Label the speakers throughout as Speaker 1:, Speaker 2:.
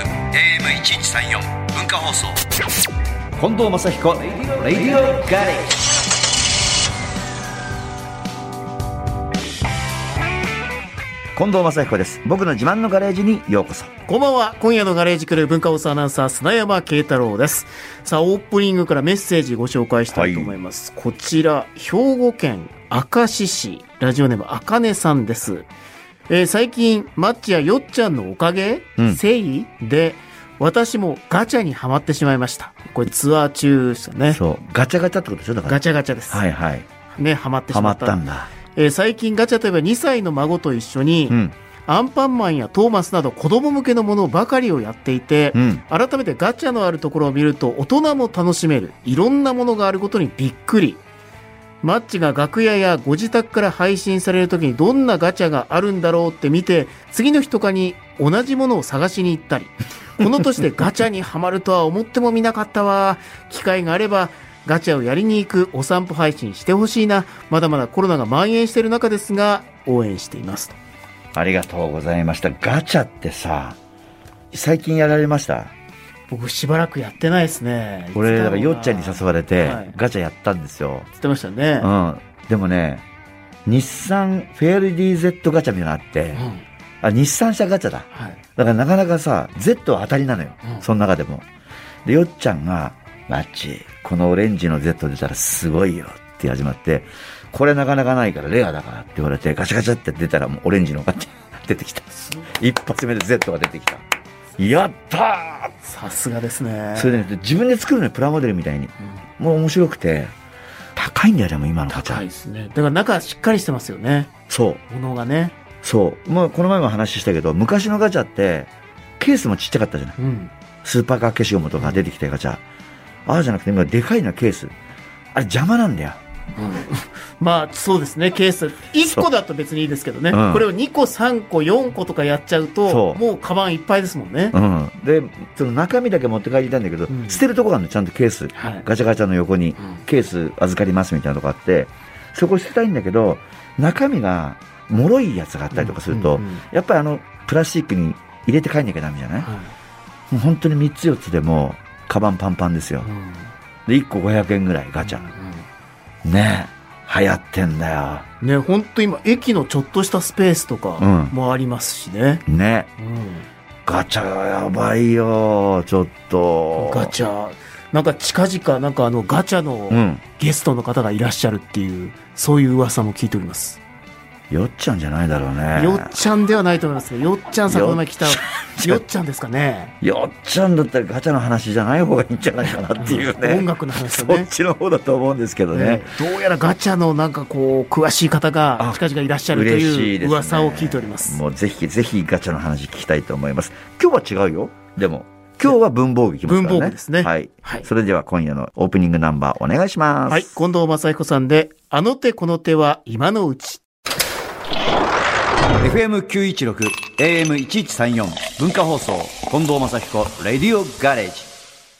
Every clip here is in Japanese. Speaker 1: FM916 AM1134 文化放送
Speaker 2: 近藤正彦レディオガレージ近藤正彦です僕の自慢のガレージにようこそ
Speaker 3: こんばんは。今夜のガレージクルー文化放送アナウンサー、砂山慶太郎です。さあ、オープニングからメッセージご紹介したいと思います。こちら、兵庫県明石市、ラジオネーム、あかねさんです。えー最近、マッチやよっちゃんのおかげ、
Speaker 2: うん
Speaker 3: 誠意で、私もガチャにはまってしまいました。これツアー中でしたね。
Speaker 2: そうガチャガチャってことでしょだから
Speaker 3: ガチャガチャです。
Speaker 2: はいはい
Speaker 3: ね、はまってし
Speaker 2: ハマ
Speaker 3: まっ。
Speaker 2: ったたんだ
Speaker 3: えー最近ガチャといえば2歳の孫と一緒に、
Speaker 2: うん
Speaker 3: アンパンマンやトーマスなど子供向けのものばかりをやっていて、
Speaker 2: うん
Speaker 3: 改めてガチャのあるところを見ると大人も楽しめるいろんなものがあることにびっくりマッチが楽屋やご自宅から配信される時にどんなガチャがあるんだろうって見て次の日とかに同じものを探しに行ったりこの年でガチャにはまるとは思ってもみなかったわ機会があればガチャをやりに行くお散歩配信してほしいなまだまだコロナが蔓延している中ですが応援していますと
Speaker 2: ありがとうございましたガチャってさ最近やられました
Speaker 3: 僕しばらくやってないですね
Speaker 2: 俺だからよっちゃんに誘われて
Speaker 3: はい
Speaker 2: ガチャやったんですよ、
Speaker 3: 言ってましたね、
Speaker 2: うんでもね日産フェアリディ Z ガチャみたいなのがあって、
Speaker 3: うん
Speaker 2: あ日産車ガチャだ
Speaker 3: はい
Speaker 2: だからなかなかさ、Z は当たりなのよ。
Speaker 3: うん
Speaker 2: その中でも。で、よっちゃんが、マッチ、このオレンジの Z 出たらすごいよって始まって、これなかなかないからレアだからって言われて、ガチャガチャって出たらもうオレンジのガチャ出てきた。一発目で Z が出てきた。やった
Speaker 3: さすがですね
Speaker 2: ー。それでね、自分で作るのよ、プラモデルみたいに。もう面白くて、高いんだよ、でも今のガチ
Speaker 3: 高い
Speaker 2: ャ。
Speaker 3: ですねだから中しっかりしてますよね
Speaker 2: そう。
Speaker 3: ものがね
Speaker 2: そう。まあ、この前も話したけど、昔のガチャって、ケースもちっちゃかったじゃない
Speaker 3: うん
Speaker 2: スーパーカー消しゴムとか出てきたガチャ。ああじゃなくて、今でかいなケース。あれ邪魔なんだよ。
Speaker 3: まあそうですねケース1個だと別にいいですけどね、
Speaker 2: うん
Speaker 3: これを2個3個4個とかやっちゃう
Speaker 2: そ
Speaker 3: と
Speaker 2: う
Speaker 3: もうカバンいっぱいですもんね、
Speaker 2: うん。で、その中身だけ持って帰りたいんだけど、
Speaker 3: うん
Speaker 2: 捨てるとこがあるの、ちゃんとケース。
Speaker 3: はい
Speaker 2: ガチャガチャの横に、
Speaker 3: うん
Speaker 2: ケース預かりますみたいなとこあって、そこ捨てたいんだけど、中身が、脆いやつがあったりとかすると、
Speaker 3: うんうん
Speaker 2: やっぱりあの、プラスチックに入れて帰んなきゃダメじゃない、も
Speaker 3: は
Speaker 2: う本当に3つ4つでも、カバンパンパンですよ
Speaker 3: いうん。うん
Speaker 2: で、1個500円ぐらい、ガチャ。ねえ、流行ってんだよ。
Speaker 3: うんね本当今駅のちょっとしたスペースと
Speaker 2: うん
Speaker 3: かもありますしね、
Speaker 2: ね
Speaker 3: うん
Speaker 2: ガチャがやばいよ、ちょっと。
Speaker 3: ガチャなんか近々なんかあのガチャ
Speaker 2: う
Speaker 3: の
Speaker 2: ん。
Speaker 3: ゲストの方がいらっしゃるっていうそういう噂も聞いております
Speaker 2: よっちゃんじゃないだろうね。
Speaker 3: よっちゃんではないと思いますね。よっちゃんさん、この前来た
Speaker 2: よっ。
Speaker 3: よっちゃんですかね。
Speaker 2: よっちゃんだったらガチャの話じゃない方がいいんじゃないかなっていうね。
Speaker 3: 音楽の話
Speaker 2: そ
Speaker 3: だ
Speaker 2: っ
Speaker 3: ね。
Speaker 2: ちの方だと思うんですけどね
Speaker 3: ね。どうやらガチャのなんかこう、詳しい方が
Speaker 2: あ
Speaker 3: 近々いらっしゃると
Speaker 2: 嬉しい
Speaker 3: いう
Speaker 2: です、ね。
Speaker 3: 噂を聞いております。
Speaker 2: もうぜひぜひガチャの話聞きたいと思います。今日は違うよ。でも、今日は文房具いきますからね。
Speaker 3: 文房具ですね
Speaker 2: はい。
Speaker 3: はい
Speaker 2: それでは今夜のオープニングナンバーお願いします。
Speaker 3: はい、近藤正彦さんで、あの手この手は今のうち。
Speaker 1: FM916 AM1134 文化放送近藤正彦レディオガレージ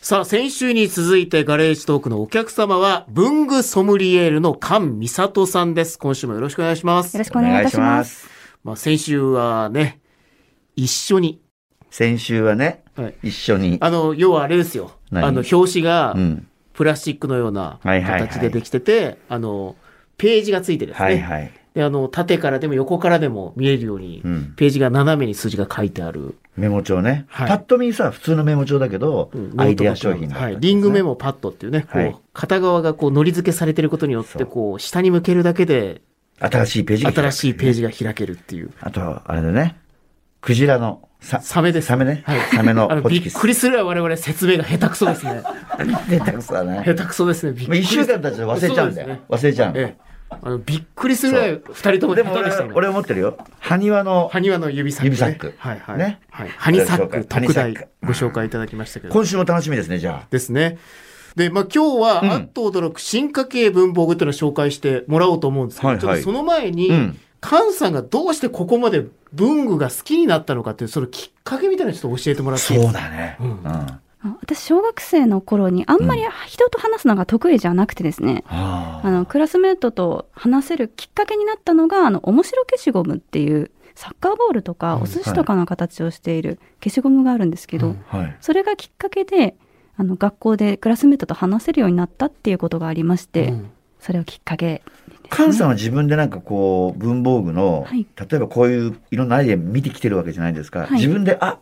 Speaker 3: さあ、先週に続いてガレージトークのお客様は、文具ソムリエールの菅美里さんです。今週もよろしくお願いします
Speaker 4: よろ。しくお願いいたします。
Speaker 2: す。
Speaker 3: まあ、先週はね、一緒に、
Speaker 2: 先週はね、
Speaker 3: はい
Speaker 2: 一緒に。
Speaker 3: あの、要はあれですよ。
Speaker 2: 何
Speaker 3: あの、表紙が、
Speaker 2: うん。
Speaker 3: プラスチックのような
Speaker 2: はいはいはい
Speaker 3: 形でできてて、あの、ページがついてるんですね。
Speaker 2: はいはい。
Speaker 3: で、あの、縦からでも横からでも見えるように、
Speaker 2: うん
Speaker 3: ページが斜めに数字が書いてある。
Speaker 2: メモ帳ね。
Speaker 3: はい
Speaker 2: パッと見さ、普通のメモ帳だけど、
Speaker 3: うん
Speaker 2: アイデア商品だった
Speaker 3: は
Speaker 2: んですね
Speaker 3: い。リングメモパッドっていうね、
Speaker 2: はい
Speaker 3: こう、片側がこう、のり付けされてることによっ
Speaker 2: そ
Speaker 3: て、
Speaker 2: う
Speaker 3: こう、下に向けるだけで、
Speaker 2: 新しいページが開く
Speaker 3: 新しいページが開けるっていう。
Speaker 2: あと、あれだね。クジラの、さ
Speaker 3: サメです。
Speaker 2: サメね。
Speaker 3: はい。
Speaker 2: サメの
Speaker 3: あの、
Speaker 2: ホ
Speaker 3: び
Speaker 2: チ
Speaker 3: っ
Speaker 2: キス。
Speaker 3: くりするわ、我々説明が下手くそですね。
Speaker 2: 出 たく
Speaker 3: 下
Speaker 2: さね。
Speaker 3: 手くそですね。びっ
Speaker 2: もう一週
Speaker 3: す
Speaker 2: 間経つと忘れちゃうんだ
Speaker 3: そうです
Speaker 2: よ。
Speaker 3: ね
Speaker 2: 忘れちゃうの
Speaker 3: ええ。あの、びっくりするぐらい、二人とも
Speaker 2: で
Speaker 3: 下
Speaker 2: も
Speaker 3: 手で
Speaker 2: 俺
Speaker 3: した
Speaker 2: は
Speaker 3: 今
Speaker 2: 俺は思ってるよ。埴輪の、
Speaker 3: ハニワの指サック、ね。
Speaker 2: 指サック
Speaker 3: はいはい。
Speaker 2: ね
Speaker 3: はい。ハニサック特
Speaker 2: ハニ
Speaker 3: 大
Speaker 2: サック
Speaker 3: ご紹介いただきましたけど。
Speaker 2: 今週も楽しみですね、じゃあ。
Speaker 3: ですね。で、まあ今日は、
Speaker 2: うん
Speaker 3: あっと驚く進化系文房具というのを紹介してもらおうと思うんですけど、
Speaker 2: はいはい
Speaker 3: ちょっとその前に、
Speaker 2: うん
Speaker 3: 菅さんがどうしてここまで文具が好きになったのかっていう、そのきっかけみたいなのをちょっと教えてもらっていい
Speaker 2: そ
Speaker 3: です
Speaker 2: う
Speaker 3: か
Speaker 2: だね。う
Speaker 3: うん
Speaker 2: ん。
Speaker 4: あ私、小学生の頃にあんまり人と話すのが得意じゃなくてですね、
Speaker 2: あ
Speaker 4: あの、クラスメートと話せるきっかけになったのが、あの、面白消しゴムっていう、サッカーボールとか
Speaker 2: はい
Speaker 4: お寿司とかの形をしている消しゴムがあるんですけど、
Speaker 2: はい。
Speaker 4: それがきっかけで、あの、学校でクラスメートと話せるようになったっていうことがありまして、
Speaker 3: うん
Speaker 4: それをきっかけ
Speaker 2: 菅さんは自分でなんかこう、文房具の、
Speaker 4: はい
Speaker 2: 例えばこういういろんなアイデア見てきてるわけじゃないですか。
Speaker 4: はい
Speaker 2: 自分で、あ、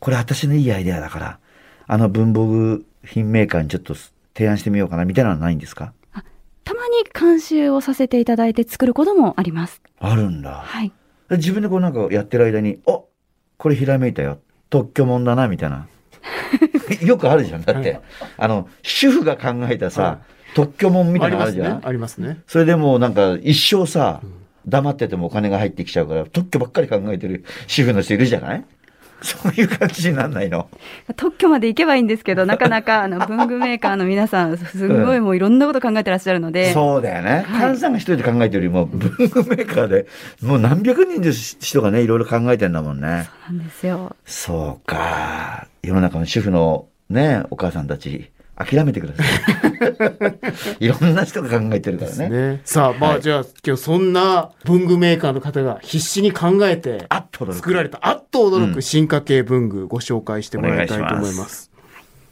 Speaker 2: これ私のいいアイデアだから、あの文房具品メーカーにちょっと提案してみようかなみたいなのはないんですか
Speaker 4: たまに監修をさせていただいて作ることもあります。
Speaker 2: あるんだ。
Speaker 4: はい。
Speaker 2: で自分でこうなんかやってる間に、あこれひらめいたよ。特許もんだな、みたいな。 よくあるじゃん。だって、あの、主婦が考えた
Speaker 3: は
Speaker 2: さ、特許もんみた
Speaker 3: あ
Speaker 2: い
Speaker 3: り
Speaker 2: なのあ
Speaker 3: ま
Speaker 2: る
Speaker 3: す
Speaker 2: じゃん
Speaker 3: ね。。ありますね。
Speaker 2: それでもうなんか一生さ、黙っててもお金が入ってきちゃうから、特許ばっかり考えてる主婦の人いるじゃないそういう感じになんないの。
Speaker 4: 特許まで行けばいいんです けど、なかなか、あの、文具メーカーの皆さん、すんごいもういろんなこと考えてらっしゃるので、
Speaker 2: そうだよね。
Speaker 4: はい
Speaker 2: 菅さんが一人で考えてるよりも、文具メーカーで、もう何百人の人がね、いろいろ考えてんだもんね。
Speaker 4: なんですよ。
Speaker 2: そうか。世の中の主婦のね、お母さんたち、諦めてくださ い。いろんな人が考えてるからね。
Speaker 3: ねさあ、まあじゃあ今日そんな文具メーカーの方が必死に考えて
Speaker 2: あっと驚く
Speaker 3: 作られた、あっと驚
Speaker 2: うん
Speaker 3: く進化系文具ご紹介してもらいたいと思
Speaker 2: お願い
Speaker 3: い
Speaker 2: しま
Speaker 3: ます。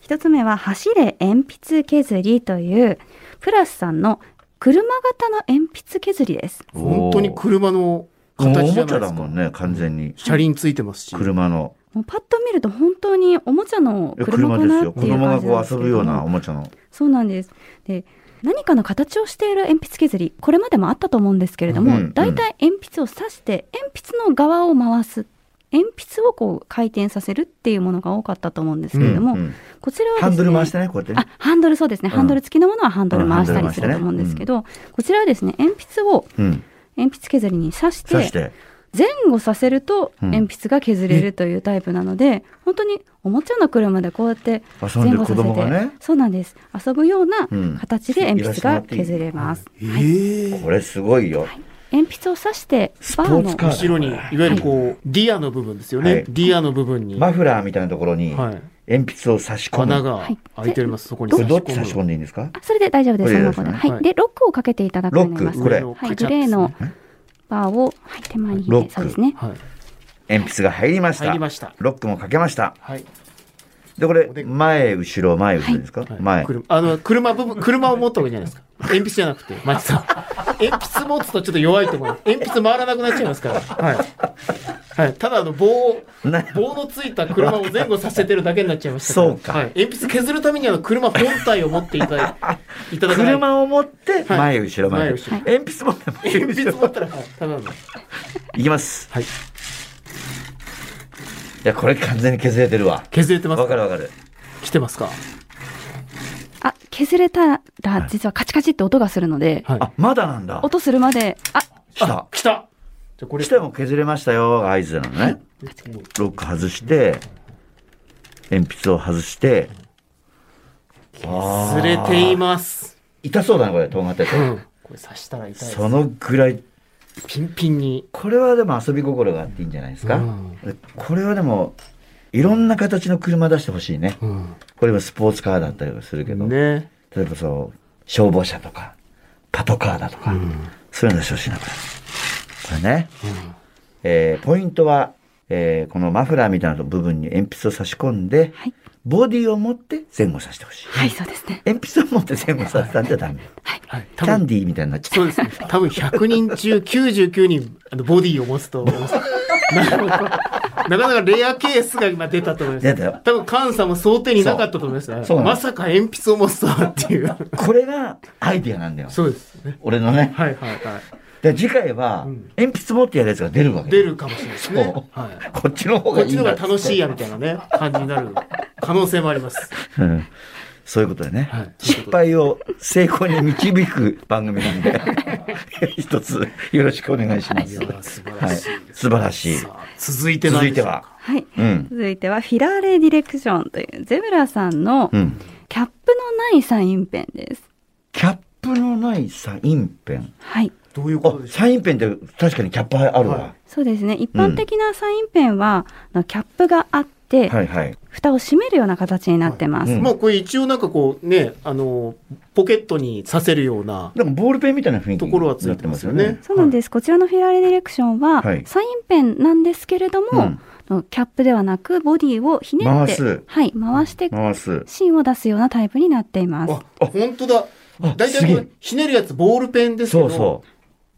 Speaker 4: 一つ目は、走れ鉛筆削りという、プラスさんの車型の鉛筆削りです。
Speaker 3: 本当に車の
Speaker 2: おーもう
Speaker 3: 形じゃな
Speaker 2: おも
Speaker 3: い
Speaker 2: ちゃ
Speaker 3: で
Speaker 2: だ
Speaker 3: す
Speaker 2: も
Speaker 3: か。
Speaker 2: んね、完全に。
Speaker 3: 車輪ついてますし。
Speaker 2: 車の。
Speaker 4: もうパッと見ると本当におもちゃの
Speaker 2: いや車
Speaker 4: 車か
Speaker 2: で
Speaker 4: な
Speaker 2: す
Speaker 4: っ
Speaker 2: よ。
Speaker 4: て
Speaker 2: 子
Speaker 4: いう
Speaker 2: 供が
Speaker 4: 感じ
Speaker 2: こう
Speaker 4: なんです
Speaker 2: 遊
Speaker 4: け
Speaker 2: ぶようなお
Speaker 4: ど
Speaker 2: もちゃの。
Speaker 4: そうなんです。で、何かの形をしている鉛筆削り、これまでもあったと思うんですけれど
Speaker 2: うんう
Speaker 4: も
Speaker 2: ん、
Speaker 4: 大体鉛筆を刺して、鉛筆の側を回す。鉛筆をこう回転させるっていうものが多かったと思うんですけれども
Speaker 2: うんう、ん
Speaker 4: こちらはですね、
Speaker 2: ハンドル回してね、こうやってね
Speaker 4: あ。ハンドルそうですね、
Speaker 2: うん
Speaker 4: ハンドル付きのものはハンドル回した
Speaker 2: うんハンドル
Speaker 4: り
Speaker 2: 回し
Speaker 4: す
Speaker 2: てね
Speaker 4: ると思うんですけど、こちらはですね鉛筆を
Speaker 2: うん。
Speaker 4: 鉛筆削りに刺して
Speaker 2: 刺して。
Speaker 4: 前後させると
Speaker 2: うん
Speaker 4: 鉛筆が削れるというタイプなので、本当におもちゃの車でこうやって
Speaker 2: 遊ん
Speaker 4: 前
Speaker 2: で
Speaker 4: 後
Speaker 2: る子
Speaker 4: させて
Speaker 2: 供がね。
Speaker 4: そうなんです遊ぶような
Speaker 2: うん
Speaker 4: 形で鉛筆が削れます、
Speaker 3: ええ
Speaker 2: これすごいよ。
Speaker 4: 鉛筆を刺して
Speaker 2: スポ
Speaker 4: バー
Speaker 2: ーツカ
Speaker 4: の
Speaker 2: ー
Speaker 3: 後ろに、いわゆるこう、ディアの部分ですよね。
Speaker 2: はい
Speaker 3: ディアの部分に、
Speaker 2: マフラーみたいなところに、
Speaker 3: はい
Speaker 2: 鉛筆を差し込
Speaker 3: 穴
Speaker 2: む。
Speaker 3: が開いております。そこに
Speaker 2: これどっち差し込ん
Speaker 3: む。
Speaker 2: でいいんですか
Speaker 4: あそれで大丈夫で
Speaker 2: こ
Speaker 4: す
Speaker 2: れ
Speaker 4: そ
Speaker 2: で
Speaker 4: の
Speaker 2: です
Speaker 4: 子
Speaker 2: ね
Speaker 4: で、はい
Speaker 3: はい
Speaker 4: でロックをかけていただくようになります
Speaker 2: ロックこれ
Speaker 3: 上の
Speaker 4: はい、
Speaker 3: カチャ
Speaker 4: グ
Speaker 3: ッと
Speaker 4: レーの
Speaker 3: ですね
Speaker 4: バーを、はい、手前に
Speaker 2: ロ
Speaker 4: 引い
Speaker 2: ック
Speaker 4: てそうですね
Speaker 3: はい。
Speaker 2: 鉛筆が入りました。
Speaker 3: 入りました
Speaker 2: ロックもかけました。
Speaker 3: はい。
Speaker 2: で、これ
Speaker 3: おで、
Speaker 2: 前、後ろ、前、後ろですか
Speaker 3: はい
Speaker 2: 前。
Speaker 3: 車あの、車部分、車を持った方がいいじゃないですか。鉛筆じゃなくて、マジさん。鉛筆持つとちょっと弱いと思う。鉛筆回らなくなっちゃいますから。はい。はい。ただ、あの、棒を、
Speaker 2: な
Speaker 3: 棒のついた車を前後させてるだけになっちゃいましたら
Speaker 2: そうか
Speaker 3: はい。鉛筆削るために、あの、車本体を持っていただ いいただかないと。
Speaker 2: 車を持って、
Speaker 3: はい
Speaker 2: 前、後ろ、前。
Speaker 3: 前
Speaker 2: 鉛
Speaker 3: 後ろ
Speaker 2: 筆持って、前、
Speaker 3: 鉛筆
Speaker 2: 後
Speaker 3: 持
Speaker 2: ろ
Speaker 3: っ。たら、はいただの。
Speaker 2: いきます。
Speaker 3: はい。
Speaker 2: いや、これ完全に削れてるわ。
Speaker 3: 削れてます
Speaker 2: わか
Speaker 3: か
Speaker 2: るわかる。
Speaker 3: 来てますか
Speaker 4: あ削れたら実はカチカチって音がするので、
Speaker 3: はい
Speaker 2: あ。、まだなんだ。
Speaker 4: 音するまで、あ、
Speaker 2: 来た。
Speaker 3: 来たじゃあこれ
Speaker 2: 下も削れましたよが合図なのね。ロック外して、鉛筆を外して、
Speaker 3: 削れています。
Speaker 2: 痛そうだね、これ、とんがってて
Speaker 3: う。ん。これ刺したら痛いです。
Speaker 2: そのぐらい、
Speaker 3: ピンピンに。
Speaker 2: これはでも遊び心があっていいんじゃないですか。
Speaker 3: うん
Speaker 2: これはでも、いろんな形の車出してほしいね。
Speaker 3: うん。
Speaker 2: これはスポーツカーだったりはするけど、
Speaker 3: ね。
Speaker 2: 例えばそう、消防車とか、パトカーだとか、そういうの出してほしいな、これ。これね。えーポイントは、えーこのマフラーみたいな部分に鉛筆を差し込んで、
Speaker 4: はい、
Speaker 2: ボディを持って前後させてほしい。
Speaker 4: はい、そうですね。
Speaker 2: 鉛筆を持って前後させたんじゃダメ。
Speaker 3: はい。
Speaker 2: キ
Speaker 3: 多
Speaker 2: ャン
Speaker 3: 分
Speaker 2: ディーみたいになっちゃ
Speaker 3: そう
Speaker 2: う。
Speaker 3: ですね。多分100人中99人、あの、ボディを持つと 思います。なかなかなかレアケースが今出たと思います。
Speaker 2: 出たよ
Speaker 3: 多分、カンさんも想定になかったと思いますね。
Speaker 2: そうそうなの
Speaker 3: まさか鉛筆を持つとはって いう。
Speaker 2: これがアイディアなんだよ。
Speaker 3: そうですね。
Speaker 2: 俺のね。
Speaker 3: はいはいはい。
Speaker 2: で、次回は、鉛筆持ってやるやつが出るわけ。
Speaker 3: 出。るかもしれないですね
Speaker 2: そう。
Speaker 3: はい。
Speaker 2: こっちの方
Speaker 3: こ
Speaker 2: がい
Speaker 3: っ
Speaker 2: い
Speaker 3: ち
Speaker 2: な
Speaker 3: の方が楽しいやみたいなね、感じになる可能性もあります。
Speaker 2: うんそういうことでね、
Speaker 3: はい
Speaker 2: 失敗を成功に導く番組なんで、 一つよろしくお願いします。
Speaker 3: いや素晴らしい
Speaker 2: はい素晴らしい。
Speaker 3: さあ続いてなん
Speaker 2: 続い
Speaker 3: でしてょうか
Speaker 2: は、
Speaker 4: はい。
Speaker 2: うん
Speaker 4: 続いては、フィラーレディレクションという、ゼブラさんの
Speaker 2: う、ん。
Speaker 4: キャップのないサインペンです。
Speaker 2: キャップのないサインペン。
Speaker 4: はい。
Speaker 3: どういうこ
Speaker 2: あ
Speaker 3: と、でしょ
Speaker 2: サインペンって確かにキャップあるわ。
Speaker 3: は
Speaker 4: そうですね。一般的なサインペンは、あのキャップがあっって、
Speaker 2: はいはい。
Speaker 4: 蓋を閉めるような形になってます。
Speaker 2: うん
Speaker 3: まあこれ一応なんかこうね、あの、ポケットにさせるような
Speaker 2: でもボールペンみたいな雰囲気
Speaker 3: ところはついてますよね。。
Speaker 4: そうなんです、こちらのフィラーレディレクションは、
Speaker 2: はい
Speaker 4: サインペンなんですけれども、
Speaker 2: うん
Speaker 4: あのキャップではなくボディをひねっ
Speaker 2: 回す
Speaker 4: て、はい、回して
Speaker 2: 回す。
Speaker 4: 芯を出すようなタイプになっています。
Speaker 3: あ、本当だ。
Speaker 2: あ
Speaker 3: 大
Speaker 2: す
Speaker 3: 体
Speaker 2: げ
Speaker 3: こ
Speaker 2: え
Speaker 3: れひねるやつボールペンですけ
Speaker 2: そ
Speaker 3: ど、
Speaker 2: うそう。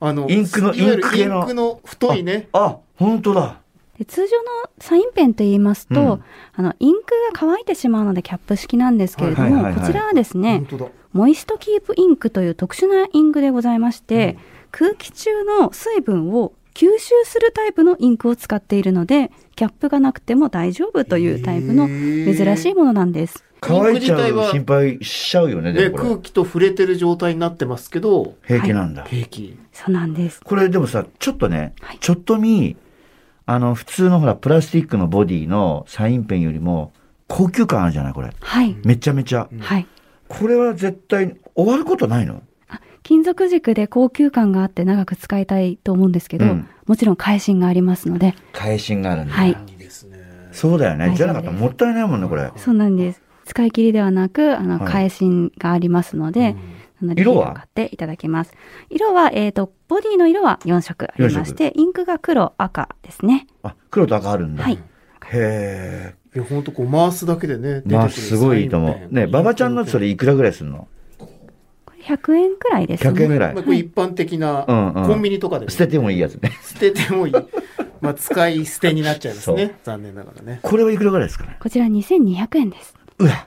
Speaker 3: あの
Speaker 2: インクの
Speaker 3: いわゆる
Speaker 2: インク系の
Speaker 3: インクの太いね。
Speaker 2: あ、本当だ。
Speaker 4: で通常のサインペンと言いますと、
Speaker 2: うん
Speaker 4: あのインクが乾いてしまうのでキャップ式なんですけれど
Speaker 2: はいはい
Speaker 4: も、
Speaker 2: はいはい
Speaker 4: こちらはですね、
Speaker 3: 本当だ。
Speaker 4: モイストキープインクという特殊なインクでございまして、空気中の水分を吸収するタイプのインクを使っているので、キャップがなくても大丈夫というタイプの珍しいものなんです。
Speaker 2: 乾いち
Speaker 3: インク
Speaker 2: ゃ
Speaker 3: 自体
Speaker 2: う
Speaker 3: は
Speaker 2: 心配しちゃうよね、で
Speaker 3: ね、
Speaker 2: もこれ
Speaker 3: 空。気と触れてる状態になってますけど、
Speaker 2: 平気なんだ。
Speaker 3: 平気。
Speaker 4: そうなんです。
Speaker 2: これでもさ、ちょっとね
Speaker 4: はい、
Speaker 2: ちょっと見、あの、普通のほら、プラスチックのボディのサインペンよりも、高級感あるじゃないこれ。
Speaker 4: はい。
Speaker 2: めちゃめちゃ。
Speaker 4: はい。
Speaker 2: これは絶対、終わることないの
Speaker 4: あ金属軸で高級感があって長く使いたいと思うんですけど、
Speaker 2: うん
Speaker 4: もちろん返心がありますので、
Speaker 2: 返心があるんだ。
Speaker 4: はい。
Speaker 3: いいですね。
Speaker 2: そうだよね。
Speaker 4: 大丈夫
Speaker 2: じゃなかったらもったいないもんね、これ。
Speaker 4: そうなんです。使い切りではなく、あの、
Speaker 2: はい
Speaker 4: 返しがありますので、あの
Speaker 2: 色は
Speaker 4: リールを買っていただきます。色は、えっ、と、ボディの色は4色ありまして、インクが黒、赤ですね。
Speaker 2: あ、黒と赤あるんだ。
Speaker 4: は
Speaker 2: へ
Speaker 4: い。
Speaker 2: え。
Speaker 3: いや、本当こう回すだけでね、出てくる
Speaker 2: まあ、すごいいいと
Speaker 3: サイ
Speaker 2: 思
Speaker 3: ンペ
Speaker 2: う。
Speaker 3: ン
Speaker 2: ね、馬場ちゃんのそれいくらぐらいするの
Speaker 4: これ100円くらいですね。
Speaker 2: ?100 円ぐらい
Speaker 3: まあ、。これ一般的な
Speaker 2: うんうん
Speaker 3: コンビニとかでも
Speaker 2: 捨ててもいいやつね。
Speaker 3: 捨ててもいい。まあ、使い捨てになっちゃいます
Speaker 2: そ
Speaker 3: ね。残念ながらね。
Speaker 2: これはいくらぐらいですかね
Speaker 4: こちら2200円です。
Speaker 2: うわ。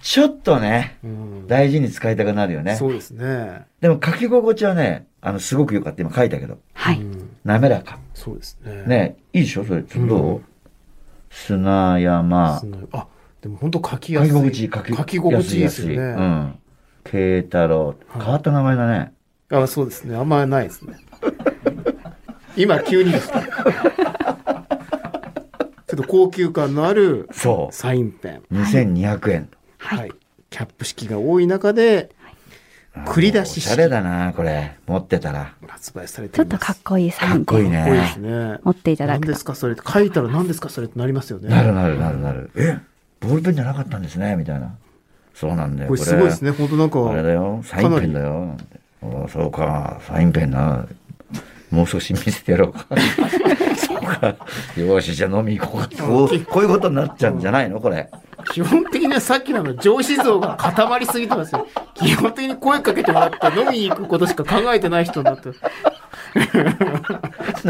Speaker 2: ちょっとね、
Speaker 3: うん
Speaker 2: 大事に使いたくなるよね
Speaker 3: そ。うですね。
Speaker 2: でも書き心地はね、あの、すごく良かった。今書いたけど。
Speaker 4: は
Speaker 3: う
Speaker 4: い。
Speaker 3: ん
Speaker 2: 滑らか。
Speaker 3: そうですね。
Speaker 2: ね、いいでしょそれ。ちょっとど
Speaker 3: う
Speaker 2: う砂山
Speaker 3: す。ごいあ、でも本当書き
Speaker 2: 書
Speaker 3: やす
Speaker 2: き
Speaker 3: い。
Speaker 2: 心地いい、
Speaker 3: 書き心地いいですよね。
Speaker 2: 安安うん。慶太郎。変わった名前だね。
Speaker 3: あ、そうですね。あんまないですね。今、急にで した。ちょっと高級感のある
Speaker 2: そ
Speaker 3: サインペン。
Speaker 2: う。2200円。
Speaker 4: はい
Speaker 3: キャップ式が多い中で、繰り出し
Speaker 2: おし
Speaker 3: 式
Speaker 2: ゃれだな、これ。持ってたら。
Speaker 3: 発売され
Speaker 4: ち
Speaker 3: て
Speaker 4: ょ
Speaker 3: い
Speaker 4: っ
Speaker 3: ます。
Speaker 4: とかっこいいサ
Speaker 2: か
Speaker 4: イ
Speaker 2: っ
Speaker 4: ン
Speaker 2: こいい
Speaker 4: で
Speaker 3: かっこいいで
Speaker 2: ね
Speaker 3: す。ね。
Speaker 4: 持っていただ
Speaker 3: 何
Speaker 4: く
Speaker 3: で
Speaker 4: と
Speaker 3: す。かそれって書いたら何ですかそれってなりますよね。
Speaker 2: なるなるなるなる。えボールペンじゃなかったんですね、みたいな。そうなんだよ。
Speaker 3: これすごいですね。本当なんか。
Speaker 2: これだよ。サインペンだよ。おうそうか。サインペンな。もう少し見せてやろうか。 そうか。よし、じゃあ飲み行こうか。こうこういうことになっちゃうんじゃないのこれ。
Speaker 3: 基本的にはさっきのあの上司像が固まりすぎてますよ。基本的に声かけてもらって飲みに行くことしか考えてない人になって。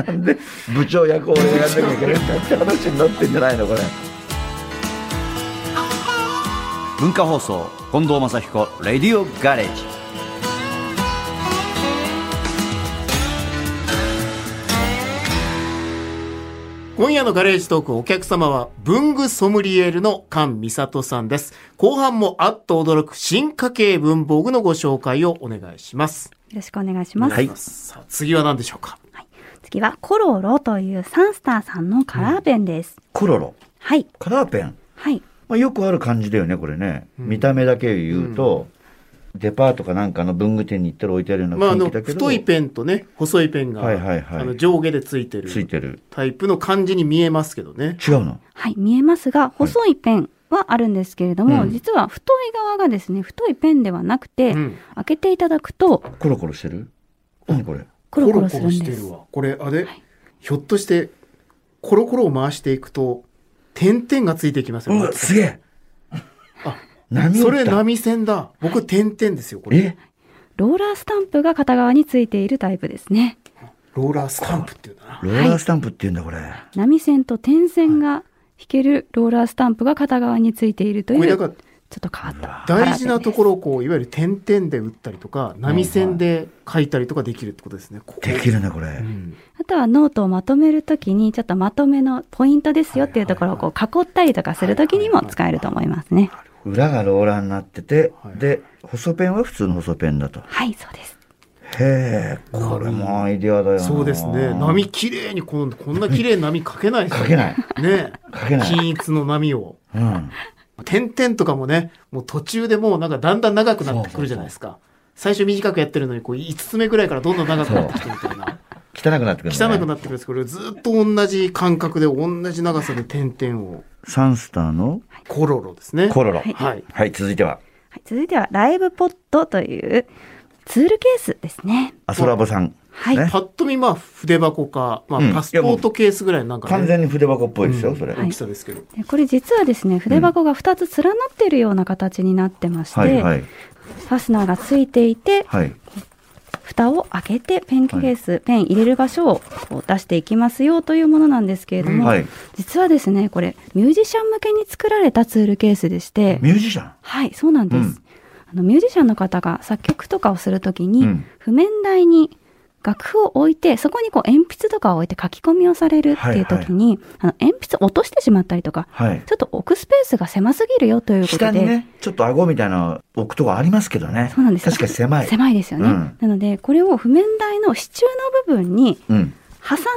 Speaker 2: なんで部長役を俺がやんなきゃいけないんだって話になってんじゃないのこれ。
Speaker 1: 文化放送近藤正彦レディオガレージ
Speaker 3: 今夜のガレージトークお客様は文具ソムリエールの菅美里さんです。後半もあっと驚く進化系文房具のご紹介をお願いします。
Speaker 4: よろしくお願いします。
Speaker 2: はい
Speaker 3: さあ次は何でしょうか
Speaker 4: 次は、コロロというサンスターさんのカラーペンです。
Speaker 2: コロロ。
Speaker 4: はい。
Speaker 2: カラーペン。
Speaker 4: はい。
Speaker 2: まあ、よくある感じだよね、これね。見た目だけ言うと、デパートかなんかの文具店に行ったら置いてあるような
Speaker 3: まああ
Speaker 2: 雰囲
Speaker 3: の
Speaker 2: 気だけど、
Speaker 3: 太いペンとね細いペンが、
Speaker 2: はいはいはい
Speaker 3: あの上下でついて
Speaker 2: つい
Speaker 3: る
Speaker 2: てる。
Speaker 3: タイプの感じに見えますけどね。
Speaker 2: 違うの
Speaker 4: はい、見えますが、細いペンはあるんですけれども、
Speaker 2: うん
Speaker 4: 実は太い側がですね、太いペンではなくて、
Speaker 3: うん
Speaker 4: 開けていただくと、
Speaker 2: コロコロしてる何これ
Speaker 4: コロコロするん
Speaker 3: コロコロ
Speaker 4: で
Speaker 3: して
Speaker 4: す
Speaker 3: る。わこれあれ、ひょっとしてコロコロを回していくと点々がついてきますよ、
Speaker 2: うわ、すげえ
Speaker 3: あ
Speaker 2: 波
Speaker 3: そ
Speaker 2: 打
Speaker 3: れ
Speaker 2: った
Speaker 3: 波線だ僕点々ですよこれ
Speaker 2: え
Speaker 4: ローラースタンプが片側についているタイプですね。
Speaker 3: ローラースタンプっていうんだな
Speaker 2: ローラースタンプって言うんだ、これ。
Speaker 4: 波線と点線が引けるローラースタンプが片側についているとい
Speaker 3: これ
Speaker 4: う、
Speaker 3: だ
Speaker 4: ちょっ
Speaker 3: か
Speaker 4: と変わった。
Speaker 3: ら大事なとこ
Speaker 4: ろ。
Speaker 3: ろをこういわゆる点々で打ったりとか波線で書いたりとかできるってことですねここ
Speaker 2: できるね、これ。
Speaker 3: うん
Speaker 4: あとはノートをまとめるときに、ちょっとまとめのポイントですよっていうところをこう囲ったりとかするときにも使えると思いますね。
Speaker 2: 裏がローラーになってて、
Speaker 3: はい
Speaker 2: で、細ペンは普通の細ペンだと。
Speaker 4: はい、そうです。
Speaker 2: へえ、これもアイディアだよな
Speaker 3: そうですね波綺麗にこのこんな綺麗な波書けないです
Speaker 2: 書
Speaker 3: よ
Speaker 2: けない。
Speaker 3: ね
Speaker 2: 書けない。
Speaker 3: 均一の波を
Speaker 2: うん。
Speaker 3: 点々とかもね、もう途中でもうなんかだんだん長くなってくるじゃないですか。最初短くやってるのに、こう5つ目ぐらいからどんどん長くなってきてみたいな。
Speaker 2: 汚くなってくるの、
Speaker 3: 汚
Speaker 2: ね。
Speaker 3: くなってくるんですこれずっと同じ感覚で同じ長さで点々を
Speaker 2: サンスターの
Speaker 3: コロロですね
Speaker 2: コロロ。
Speaker 4: はい
Speaker 3: はい
Speaker 2: はい、続いては、
Speaker 4: はい、続いてはライブポットというツールケースですね。
Speaker 2: アソラボさん。
Speaker 4: はい。
Speaker 2: ね
Speaker 3: パッと見まあ筆箱か、まあ
Speaker 2: うん、
Speaker 3: パスポートケースぐらいのなんか、ね
Speaker 2: 完全に筆箱っぽいですよ、それ。
Speaker 4: は
Speaker 3: 大
Speaker 4: い
Speaker 3: きさですけど、
Speaker 4: でこれ実はですね、筆箱が2つ連なっているような形になってまして、
Speaker 2: はい、はい。
Speaker 4: ファスナーがついていて、
Speaker 2: はい。
Speaker 4: 蓋を開けてペンケース、ペン入れる場所をこう出していきますよというものなんですけれども、
Speaker 2: はい
Speaker 4: 実はですね、これミュージシャン向けに作られたツールケースでして、
Speaker 2: ミュージシャン。
Speaker 4: はい、そうなんです。
Speaker 2: うん
Speaker 4: あのミュージシャンの方が作曲とかをするときに、
Speaker 2: うん
Speaker 4: 譜面台に楽譜を置いて、そこにこう鉛筆とかを置いて書き込みをされるっていうときに、あの鉛筆を落としてしまったりとか、
Speaker 2: はい。
Speaker 4: ちょっと置くスペースが狭すぎるよということ
Speaker 2: 下
Speaker 4: で、
Speaker 2: にね、ちょっと顎みたいな置くとこありますけどね。
Speaker 4: そうなんですよ
Speaker 2: 確かに狭い。
Speaker 4: 狭いですよね。
Speaker 2: うん
Speaker 4: なので、これを譜面台の支柱の部分に
Speaker 2: うん。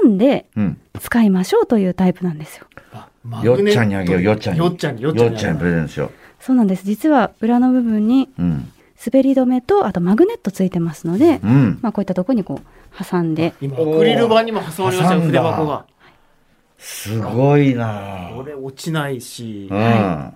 Speaker 4: 挟んで
Speaker 2: うん。
Speaker 4: 使いましょうというタイプなんですよ。
Speaker 3: マ
Speaker 2: よ
Speaker 3: グ
Speaker 2: っ
Speaker 3: ネッ
Speaker 2: ち
Speaker 3: ト
Speaker 2: ゃんにあげよう、よっちゃんに。
Speaker 3: よっちゃんによっちゃ
Speaker 2: よ
Speaker 3: ん
Speaker 2: っ
Speaker 3: に
Speaker 2: ちゃんにプレゼントしよ
Speaker 4: そうなんです。実は裏の部分に
Speaker 2: う。うん。
Speaker 4: 滑り止めと、あとマグネットついてますので、
Speaker 2: うん。
Speaker 4: まあこういったところにこう挟んで、
Speaker 3: 今アクリル板にも挟まりましたよ
Speaker 2: おー
Speaker 3: 筆箱が
Speaker 2: すごいな
Speaker 3: これ落ちないし、
Speaker 2: うん。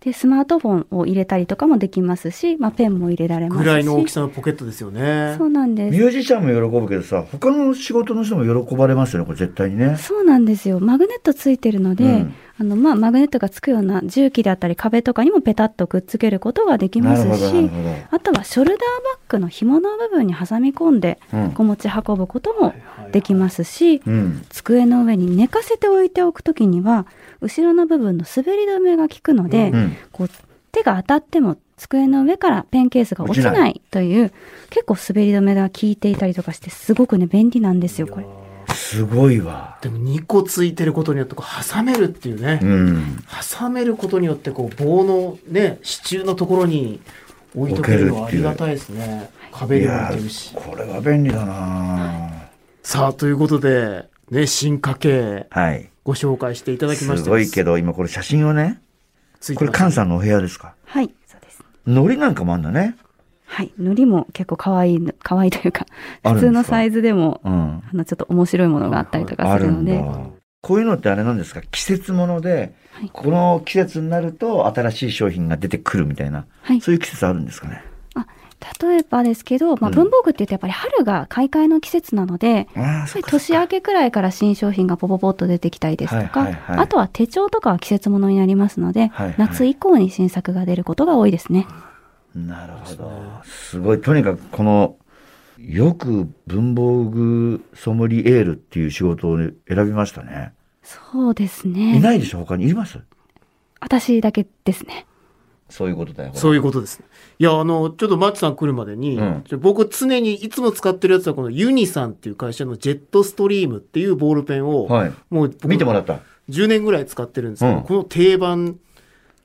Speaker 4: で、スマートフォンを入れたりとかもできますし、まあペンも入れられます
Speaker 3: ぐ
Speaker 4: し。
Speaker 3: らいの大きさのポケットですよね
Speaker 4: そうなんです
Speaker 2: ミ。ュージシャンも喜ぶけどさ、他の仕事の人も喜ばれますよね、これ絶対にね。
Speaker 4: そうなんですよ。マグネットついてるので、
Speaker 2: うん
Speaker 4: あの、まあ、マグネットがつくような重機であったり壁とかにもペタッとくっつけることができま
Speaker 2: なるほ
Speaker 4: す
Speaker 2: ど、なる
Speaker 4: し、
Speaker 2: ほど。
Speaker 4: あとはショルダーバッグの紐の部分に挟み込んで、
Speaker 2: うん
Speaker 4: こう持ち運ぶこともできますし、
Speaker 2: うん。
Speaker 4: 机の上に寝かせて置いておくときには、後ろの部分の滑り止めが効くので、
Speaker 2: うん。
Speaker 4: こう手が当たっても机の上からペンケースが落ち
Speaker 2: 落ちな
Speaker 4: ないという、結構滑り止めが効いていたりとかして、すごくね、便利なんですよ、これ。
Speaker 2: すごいわ。
Speaker 3: でも2個ついてることによってこう挟めるっていうね、
Speaker 2: うん。
Speaker 3: 挟めることによってこう棒のね支柱のところに置いとけるのはありがたいですね壁
Speaker 2: い
Speaker 3: にも
Speaker 2: や
Speaker 3: 置いてるし
Speaker 2: ーこれは便利だな
Speaker 3: さあということでね進化系
Speaker 2: はい。
Speaker 3: ご紹介していただきますした
Speaker 2: ごいけど、今これ写真をね、
Speaker 3: つい
Speaker 2: こ
Speaker 3: て
Speaker 2: れ
Speaker 3: ました
Speaker 2: 菅さんのお部屋ですか
Speaker 4: はい、そうです。
Speaker 2: 海苔なんかもあんだね。
Speaker 4: はい。海苔も結構可愛いの、可愛いというか、
Speaker 2: あるんですか
Speaker 4: 普通のサイズでも、
Speaker 2: うん。
Speaker 4: あの、ちょっと面白いものがあったりとか
Speaker 2: あ
Speaker 4: す
Speaker 2: る
Speaker 4: るの
Speaker 2: ん
Speaker 4: で、
Speaker 2: だ。こういうのってあれなんですか季節もので、
Speaker 4: はい
Speaker 2: この季節になると新しい商品が出てくるみたいな、
Speaker 4: はい
Speaker 2: そういう季節あるんですかね。
Speaker 4: 例えばですけど、まあ、
Speaker 2: うん
Speaker 4: 文房具って言うとやっぱり春が買い替えの季節なので、やっ
Speaker 2: ああ、
Speaker 4: ぱ
Speaker 2: そっ
Speaker 4: り
Speaker 2: かそっ
Speaker 4: 年
Speaker 2: か。
Speaker 4: 明けくらいから新商品がポポポッと出てきたりですとか、
Speaker 2: はいはいはい
Speaker 4: あとは手帳とかは季節ものになりますので、
Speaker 2: はいはい
Speaker 4: 夏以降に新作が出ることが多いですね。
Speaker 2: なるほど。すごい。とにかくこの、よく文房具ソムリエールっていう仕事を選びましたね。
Speaker 4: そうです
Speaker 2: い
Speaker 4: ね。
Speaker 2: ないでしょ他にいます
Speaker 4: 私だけですね。
Speaker 2: そういうことだよ。これ
Speaker 3: そういうことですね。いや、あの、ちょっとマッチさん来るまでに、
Speaker 2: うん
Speaker 3: ちょ僕常にいつも使ってるやつはこのユニさんっていう会社のジェットストリームっていうボールペンを、
Speaker 2: はい。
Speaker 3: もう僕
Speaker 2: 見てもらった。
Speaker 3: 10年ぐらい使ってるんですけど、
Speaker 2: うん
Speaker 3: この定番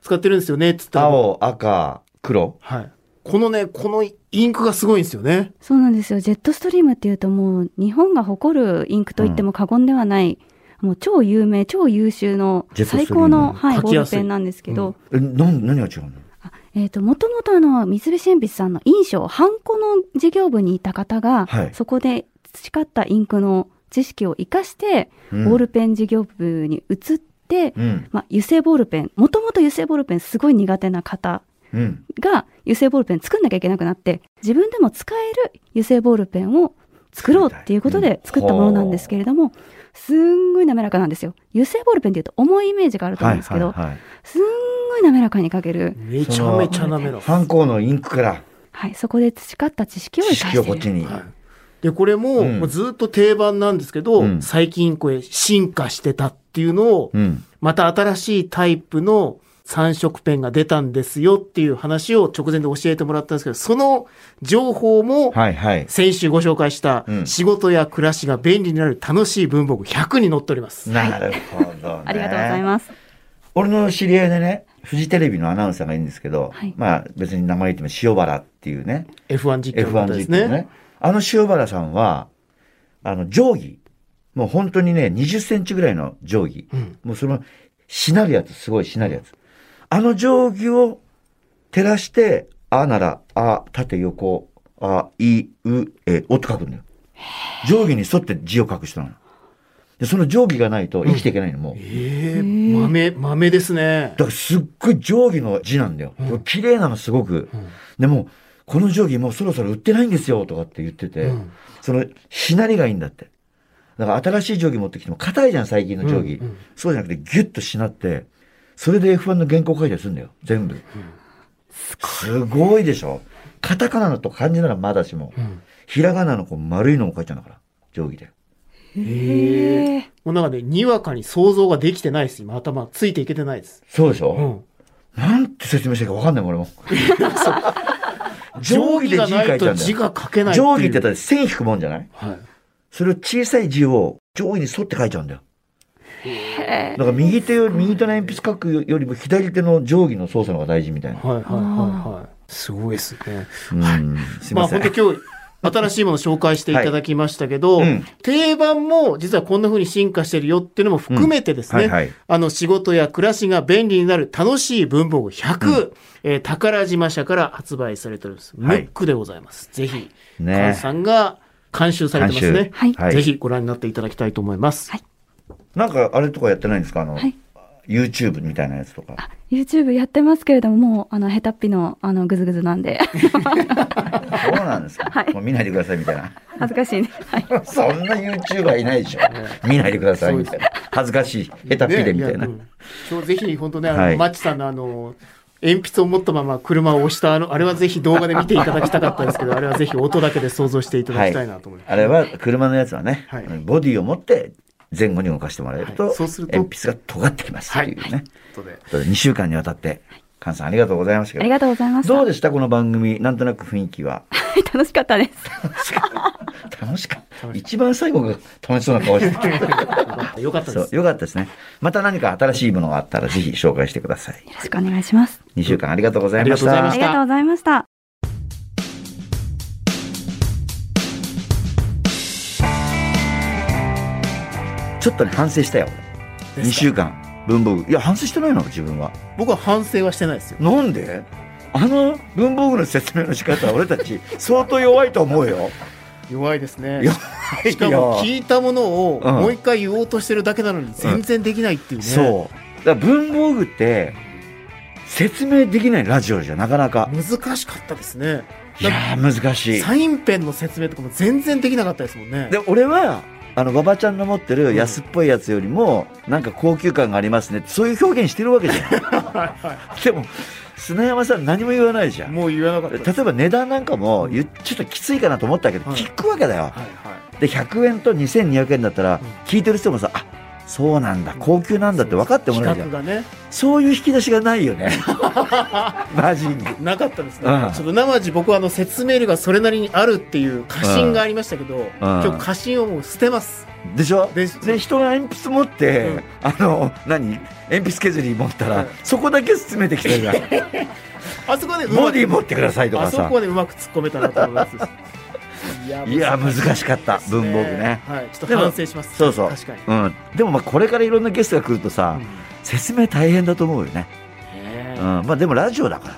Speaker 3: 使ってるんですよね、つったら。
Speaker 2: 青、赤、黒。
Speaker 3: はい。このね、このインクがすごいんですよね。
Speaker 4: そうなんですよ。ジェットストリームっていうともう日本が誇るインクと言っても過言ではない、もう超有名、超優秀の
Speaker 2: ジェットストリーム
Speaker 4: 最高の、はい、
Speaker 3: 書
Speaker 4: ボ
Speaker 3: き
Speaker 4: ー
Speaker 3: や
Speaker 4: ル
Speaker 3: すい
Speaker 4: ペンなんですけど、
Speaker 2: え、なん、何が違うの
Speaker 4: あえっ、と、もともとあの、三菱鉛筆さんの印象、ハンコの事業部にいた方が、
Speaker 2: はい
Speaker 4: そこで培ったインクの知識を生かして、
Speaker 2: うん
Speaker 4: ボールペン事業部に移って、
Speaker 2: うん。
Speaker 4: まあ、油性ボールペン、もともと油性ボールペンすごい苦手な方
Speaker 2: うん。
Speaker 4: が油性ボールペン作んなきゃいけなくなって、自分でも使える油性ボールペンを作ろうっていうことで
Speaker 2: 作
Speaker 4: 作
Speaker 2: り
Speaker 4: った
Speaker 2: い
Speaker 4: たものなんですけれども、すんごい滑らかなんですよ。油性ボールペンっていうと重いイメージがあると思うんですけど、
Speaker 2: はいはい
Speaker 4: すんごい滑らかに描ける。
Speaker 3: めちゃめちゃなめ
Speaker 2: は
Speaker 3: ろ
Speaker 2: い。。ハンコのインクから
Speaker 4: はい、そこで培った知識を
Speaker 2: 知
Speaker 4: 生
Speaker 2: 識
Speaker 4: かし
Speaker 2: をこってち
Speaker 4: いる。
Speaker 2: に。
Speaker 3: はいで、これも、
Speaker 2: うん
Speaker 3: もうずっと定番なんですけど、
Speaker 2: うん
Speaker 3: 最近これ進化してたっていうのを、
Speaker 2: うん。
Speaker 3: また新しいタイプの三色ペンが出たんですよっていう話を直前で教えてもらったんですけど、その情報も
Speaker 2: はいはい。
Speaker 3: 先週ご紹介した
Speaker 2: うん
Speaker 3: 仕事や暮らしが便利になる楽しい文房具100に載っております。
Speaker 2: なるほど、ね。
Speaker 4: ありがとうございます。
Speaker 2: 俺の知り合いでね、フジテレビのアナウンサーがいるんですけど、
Speaker 4: はい
Speaker 2: まあ別に名前言っても塩原っていうね、
Speaker 3: F1 実況の方
Speaker 2: F1
Speaker 3: です
Speaker 2: 実況
Speaker 3: ね。
Speaker 2: ね。あの塩原さんは、あの定規、もう本当にね、20センチぐらいの定規、
Speaker 3: ん
Speaker 2: もうその、しなるやつ、すごいしなるやつ。あの定規を照らして、あなら、あ、縦横、あ、い、う、え、おって書くんだよ。定規に沿って字を書く人なの。で、その定規がないと生きていけないの、もう。
Speaker 3: ええ豆、豆ですね。
Speaker 2: だからすっごい定規の字なんだよ。綺麗なのすごく。でも、この定規もうそろそろ売ってないんですよとかって言ってて、
Speaker 3: うん
Speaker 2: その、しなりがいいんだって。だから新しい定規持ってきても硬いじゃん、最近の定規。
Speaker 3: うんうん
Speaker 2: そうじゃなくてギュッとしなって、それで F1 の原稿書いたりするんだよ、全部。すごいでしょカタカナのと漢字ならまだしも、
Speaker 3: うん
Speaker 2: ひらがなのこう丸いのも書いちゃうんだから、定規で。
Speaker 3: ええ。もうなんかね、にわかに想像ができてないです。今頭ついていけてないです。
Speaker 2: そうでしょ、
Speaker 3: うん。
Speaker 2: なんて説明していいかわかんないもん、 俺も。定規で
Speaker 3: が
Speaker 2: 字書
Speaker 3: な
Speaker 2: い
Speaker 3: い
Speaker 2: ちゃう
Speaker 3: と
Speaker 2: んだ
Speaker 3: 字
Speaker 2: よ。
Speaker 3: が書けない。
Speaker 2: 定規って言ったら線引くもんじゃない
Speaker 3: たはい。
Speaker 2: それを小さい字を定規に沿って書いちゃうんだよ。だから右手より、右手の鉛筆書くよりも左手の定規の操作の方が大事みたいな。
Speaker 3: はいはいはいはい。すごいですね。
Speaker 2: うん。すいません。
Speaker 3: あ本当今日新しいものを紹介していただきましたけど、
Speaker 2: はいうん
Speaker 3: 定番も実はこんな風に進化してるよっていうのも含めてですね、
Speaker 2: うんはいはい
Speaker 3: あの仕事や暮らしが便利になる楽しい文房具100、えー宝島社から発売されております。ム
Speaker 2: はい
Speaker 3: ックでございます。ぜひ、
Speaker 2: ね
Speaker 3: 菅さんが監修されてますね。
Speaker 4: はい
Speaker 2: はい
Speaker 3: ぜひご覧になっていただきたいと思います。
Speaker 4: はい
Speaker 2: なんかあれとかやってないんですかあの、
Speaker 4: はい
Speaker 2: YouTube みたいなやつとか。
Speaker 4: YouTube やってますけれども、もう、あの、下手っぴの、あの、ぐずぐ ずなんで、
Speaker 2: そうな んですか、
Speaker 4: はい
Speaker 2: もう見ないでくださいみたいな。
Speaker 4: 恥ずかしいね。はい。
Speaker 2: そんな YouTuber いないでしょ。見ないでくださいみたいな。恥ずかしい。下手っぴでみたい
Speaker 3: ねや
Speaker 2: な。
Speaker 3: うん今日ぜひ本当ね、あの、
Speaker 2: はい
Speaker 3: マッチさんのあの、鉛筆を持ったまま車を押したあの、あれはぜひ動画で見ていただきたかったですけど、あれはぜひ音だけで想像していただきたいなと思います。
Speaker 2: あれは車のやつはね、
Speaker 3: はい
Speaker 2: ボディを持って前後に動かしてもらえると、
Speaker 3: はいそうすると
Speaker 2: 鉛筆が尖ってきますっていうね。
Speaker 3: ということで
Speaker 2: という2週間にわたって、菅さんありがとうございました
Speaker 4: あ
Speaker 2: け
Speaker 4: り
Speaker 2: ど、
Speaker 4: がとうございました。
Speaker 2: どうでしたこの番組、なんとなく雰囲気は。
Speaker 4: はい楽しかったです。
Speaker 2: 楽しかった。一番最後が楽しそうな顔してた
Speaker 3: よかった
Speaker 2: そ
Speaker 3: で
Speaker 2: う、
Speaker 3: す。
Speaker 2: よかったですね。また何か新しいものがあったらぜひ紹介してください。
Speaker 4: よろしくお願いします。
Speaker 2: 2週間ありがとうございまし
Speaker 3: ありがとうございました
Speaker 4: あ。りがとうございました。
Speaker 2: ちょっとね、反省したよ。
Speaker 3: で
Speaker 2: 俺
Speaker 3: すか
Speaker 2: 2週間、文房具。いや、反省してないの、自分は。
Speaker 3: 僕は反省はしてないですよ。
Speaker 2: なんであの文房具の説明の仕方、俺たち、 相当弱いと思うよ。
Speaker 3: 弱いですね。
Speaker 2: 弱いよ
Speaker 3: しかも聞いたものを
Speaker 2: うん
Speaker 3: もう一回言おうとしてるだけなのに全然できないっていうね。
Speaker 2: そう。だから文房具って、説明できないラジオじゃなかなか。
Speaker 3: 難しかったですね。
Speaker 2: いやー、難しい。
Speaker 3: サインペンの説明とかも全然できなかったですもんね。
Speaker 2: で、俺は、あの、馬場ちゃんの持ってる安っぽいやつよりも、なんか高級感がありますねって、そういう表現してるわけじ ゃん。でも、砂山さん何も言わないじゃん。
Speaker 3: もう言わなかった
Speaker 2: 例
Speaker 3: です。
Speaker 2: えば値段なんかも、
Speaker 3: うん
Speaker 2: ゆちょっときついかなと思ったけど、
Speaker 3: はい
Speaker 2: 聞くわけだよ。
Speaker 3: はいはい。
Speaker 2: で、100円と2200円だったら
Speaker 3: うん、
Speaker 2: 聞いてる人もさ、あ、そうなんだ、高級なんだって分かってもらえるじゃ
Speaker 3: 比較
Speaker 2: ん。
Speaker 3: がね。
Speaker 2: そういう引き出しがないよね。 マジに。
Speaker 3: なかったですね、
Speaker 2: うん
Speaker 3: ちょっと生地僕はあの説明がそれなりにあるっていう過信がありましたけど、今日過信をもう捨てます、
Speaker 2: でしょ
Speaker 3: で
Speaker 2: で人が鉛筆持って、
Speaker 3: うん
Speaker 2: あの何鉛筆削り持ったら、
Speaker 3: うん
Speaker 2: そこだけ進めてき てるから
Speaker 3: あそこでうまく
Speaker 2: ボディ持ってくださいと
Speaker 3: あ
Speaker 2: か
Speaker 3: そ
Speaker 2: さ
Speaker 3: こでうまく突っ込めたなと思いますいや
Speaker 2: いや難しかった
Speaker 3: ですね
Speaker 2: 文房具ね
Speaker 3: はいちょっと反省します
Speaker 2: そうそう
Speaker 3: 確かに、
Speaker 2: うん、でもまあこれからいろんなゲストが来るとさ、
Speaker 3: うん
Speaker 2: 説明大変だと思うよね、
Speaker 3: ね
Speaker 2: うん
Speaker 3: え
Speaker 2: まあ、でもラジオだから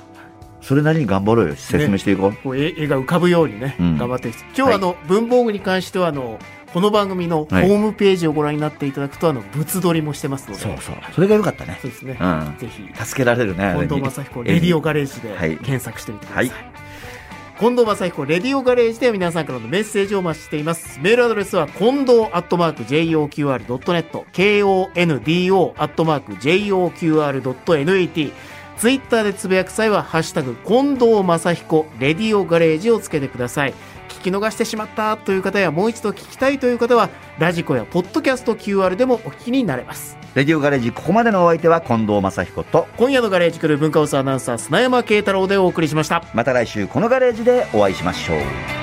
Speaker 2: それなりに頑張ろうよ説明していこう、
Speaker 3: こう絵絵が浮かぶようにね、
Speaker 2: うん
Speaker 3: 頑張っていきたい今日はあの、文房具に関してはあのこの番組のホームページをご覧になっていただくと、あの物撮りもしてますので
Speaker 2: そうそうそれが良かったね
Speaker 3: そうですね、
Speaker 2: うん
Speaker 3: ぜひ
Speaker 2: 助けられるねあれ
Speaker 3: 近
Speaker 2: に
Speaker 3: 藤正彦レディオガレージで
Speaker 2: はい
Speaker 3: 検索してみてくださ、
Speaker 2: はいい
Speaker 3: 近藤正彦レディオガレージでは皆さんからのメッセージをお待ちしていますメールアドレスは近藤アットマーク JOQR.net KONDO アットマーク JOQR.net ツイッターでつぶやく際は「ハッシュタグ近藤正彦レディオガレージ」をつけてください聞き逃してしまったという方やもう一度聞きたいという方はラジコやポッドキャスト QR でもお聞きになれます
Speaker 2: レディオガレージここまでのお相手は近藤正彦と
Speaker 3: 今夜のガレージクルー文化放送アナウンサー砂山慶太郎でお送りしました
Speaker 2: また来週このガレージでお会いしましょう